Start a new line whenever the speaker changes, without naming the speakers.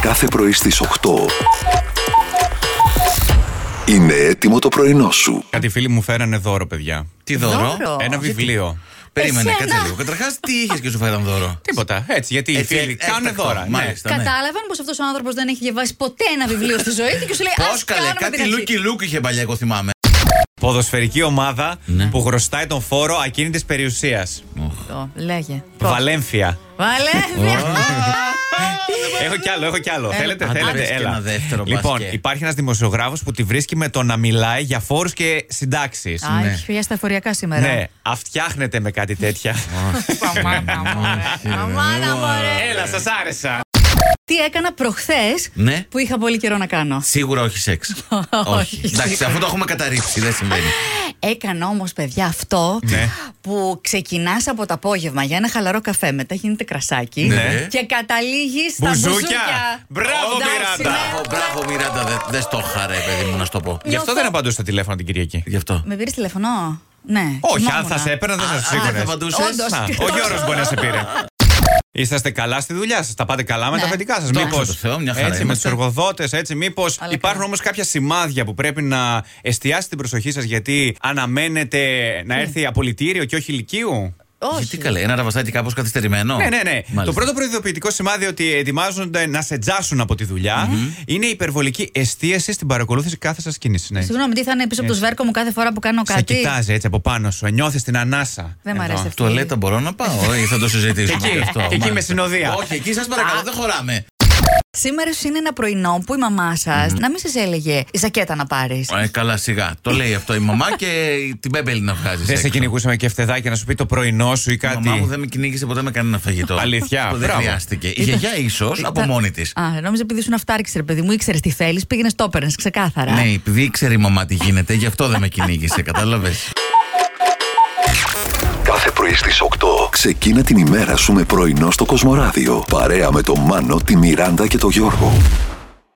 κάθε πρωί στις 8. Είναι έτοιμο το πρωινό σου.
Κάτι φίλοι μου φέρανε δώρο, παιδιά.
Τι δώρο. Ε,
Δώρο.
Ένα βιβλίο.
Περίμενε,
Εσένα.
κάτσε λίγο. Καταρχάς, τι είχες και σου φέραν δώρο.
Τίποτα. Έτσι, γιατί οι
Έτσι,
φίλοι
έκτακτο,
κάνουν Ε, δώρα. Ναι.
Μάλιστα. ναι.
Κατάλαβαν πως αυτός ο άνθρωπος δεν έχει διαβάσει ποτέ ένα βιβλίο στη ζωή του και σου λέει
Πώς
Ας
καλέ,
κάνουμε την
κάτι
αρχή».
λούκι λούκ είχε παλιά, εγώ θυμάμαι.
Ποδοσφαιρική ομάδα
Ναι.
που χρωστάει τον φόρο ακίνητης περιουσίας.
Το, λέγε. Πώς.
Βαλένθια.
Βαλένθια.
Έχω κι άλλο, έχω κι
Ε,
άλλο. θέλετε,
άντε,
θέλετε.
πες και
Έλα.
ένα δεύτερο
λοιπόν,
μπάσκετ.
υπάρχει ένας δημοσιογράφος που τη βρίσκει με το να μιλάει για φόρους και συντάξεις.
Α,
Ναι.
έχει πηγαίνει στα εφοριακά σήμερα.
Ναι, αυτιάχνεται με κάτι τέτοια.
Παμάνα μωρέ. Παμάνα
Ε.
μωρέ.
Έλα, σας άρεσα.
Τι έκανα προχθές
Ναι.
που είχα πολύ καιρό να κάνω.
Σίγουρα όχι σεξ. όχι. Εντάξει, αφού το έχουμε καταρρύψει, δεν συμβαίνει.
Έκανα όμως, παιδιά, αυτό
Ναι.
που ξεκινάς από το απόγευμα για ένα χαλαρό καφέ, μετά γίνεται κρασάκι
Ναι.
και καταλήγεις στα
Μπουζούκια.
μπουζούκια.
Μπράβο,
Εντάξει,
Μιράντα.
ναι.
Μπράβο, μπράβο, Μιράντα, δεν- δεν στο χαρέ, παιδί μου, να σου το πω.
Γι' αυτό
Νιώθω-
δεν απαντούσε στα τηλέφωνα την Κυριακή.
Γι' αυτό.
Με πήρες τηλεφωνό. Ναι.
Όχι, αν
κοιμόμουν.
θα σε έπαιρνα δεν θα σε
Α, δεν θα
σήκωνε.
απαντούσες.
Όντως.
Ο Γιώργο μπορεί να σε πήρε. Είσαστε καλά στη δουλειά σας. Τα πάτε καλά με
Ναι.
τα αφεντικά σας.
Δόξα
Μήπω.
τω Θεώ, μια χαρά
Έτσι, με του
είμαστε.
εργοδότες, έτσι. Μήπως
Αλλά
υπάρχουν
καλά.
όμως κάποια σημάδια που πρέπει να εστιάσετε την προσοχή σας γιατί αναμένεται να έρθει απολυτήριο και όχι ηλικίου.
Όχι.
Γιατί καλέ, ένα ραβαστάκι κάπως καθυστερημένο.
Ναι, ναι, ναι.
Μάλιστα.
Το πρώτο προειδοποιητικό σημάδι ότι ετοιμάζονται να σε τζάσουν από τη δουλεια είναι η υπερβολική εστίαση στην παρακολούθηση κάθε σας κίνησης. Ναι.
Συγγνώμη, τι θα είναι πίσω από το σβέρκο μου κάθε φορά που κάνω
Σε
κάτι.
κοιτάζει έτσι από πάνω σου, νιώθεις την ανάσα.
Δεν μ'
Εδώ.
αρέσει αυτό.
Τουαλέτα μπορώ να πάω ή θα το συζητήσουμε.
Εκεί,
γι' αυτό,
εκεί
μάλιστα.
με συνοδεία.
Όχι, εκεί σας παρακαλώ, δεν χωράμε.
Σήμερα σου είναι ένα πρωινό που η μαμά σας να μην σας έλεγε η ζακέτα να πάρεις.
Ε, καλά, σιγά. Το λέει αυτό η μαμά και την μπέμπελη να βγάζει.
Δεν Ε, σε κυνηγούσαμε με κεφτεδάκια να σου πει το πρωινό σου ή
Η μαμά μου
κάτι.
δεν με κυνήγησε ποτέ με κανένα φαγητό.
Αλήθεια,
Αυτό δεν
μπράβο.
χρειάστηκε. Η γιαγιά ίσως από μόνη της.
Α, νόμιζα επειδή ήσουν αυτάρκης, ρε παιδί μου, ήξερες τι θέλεις, πήγαινες το έπαιρνες ξεκάθαρα.
Ναι, επειδή ήξερε η μαμά τι γίνεται, γι' αυτό δεν με κυνήγησε, κατάλαβες.
Κάθε πρωί στις 8. Ξεκίνα την ημέρα σου με πρωινό στο Κοσμοράδιο. Παρέα με τον Μάνο, τη Μιράντα και τον Γιώργο.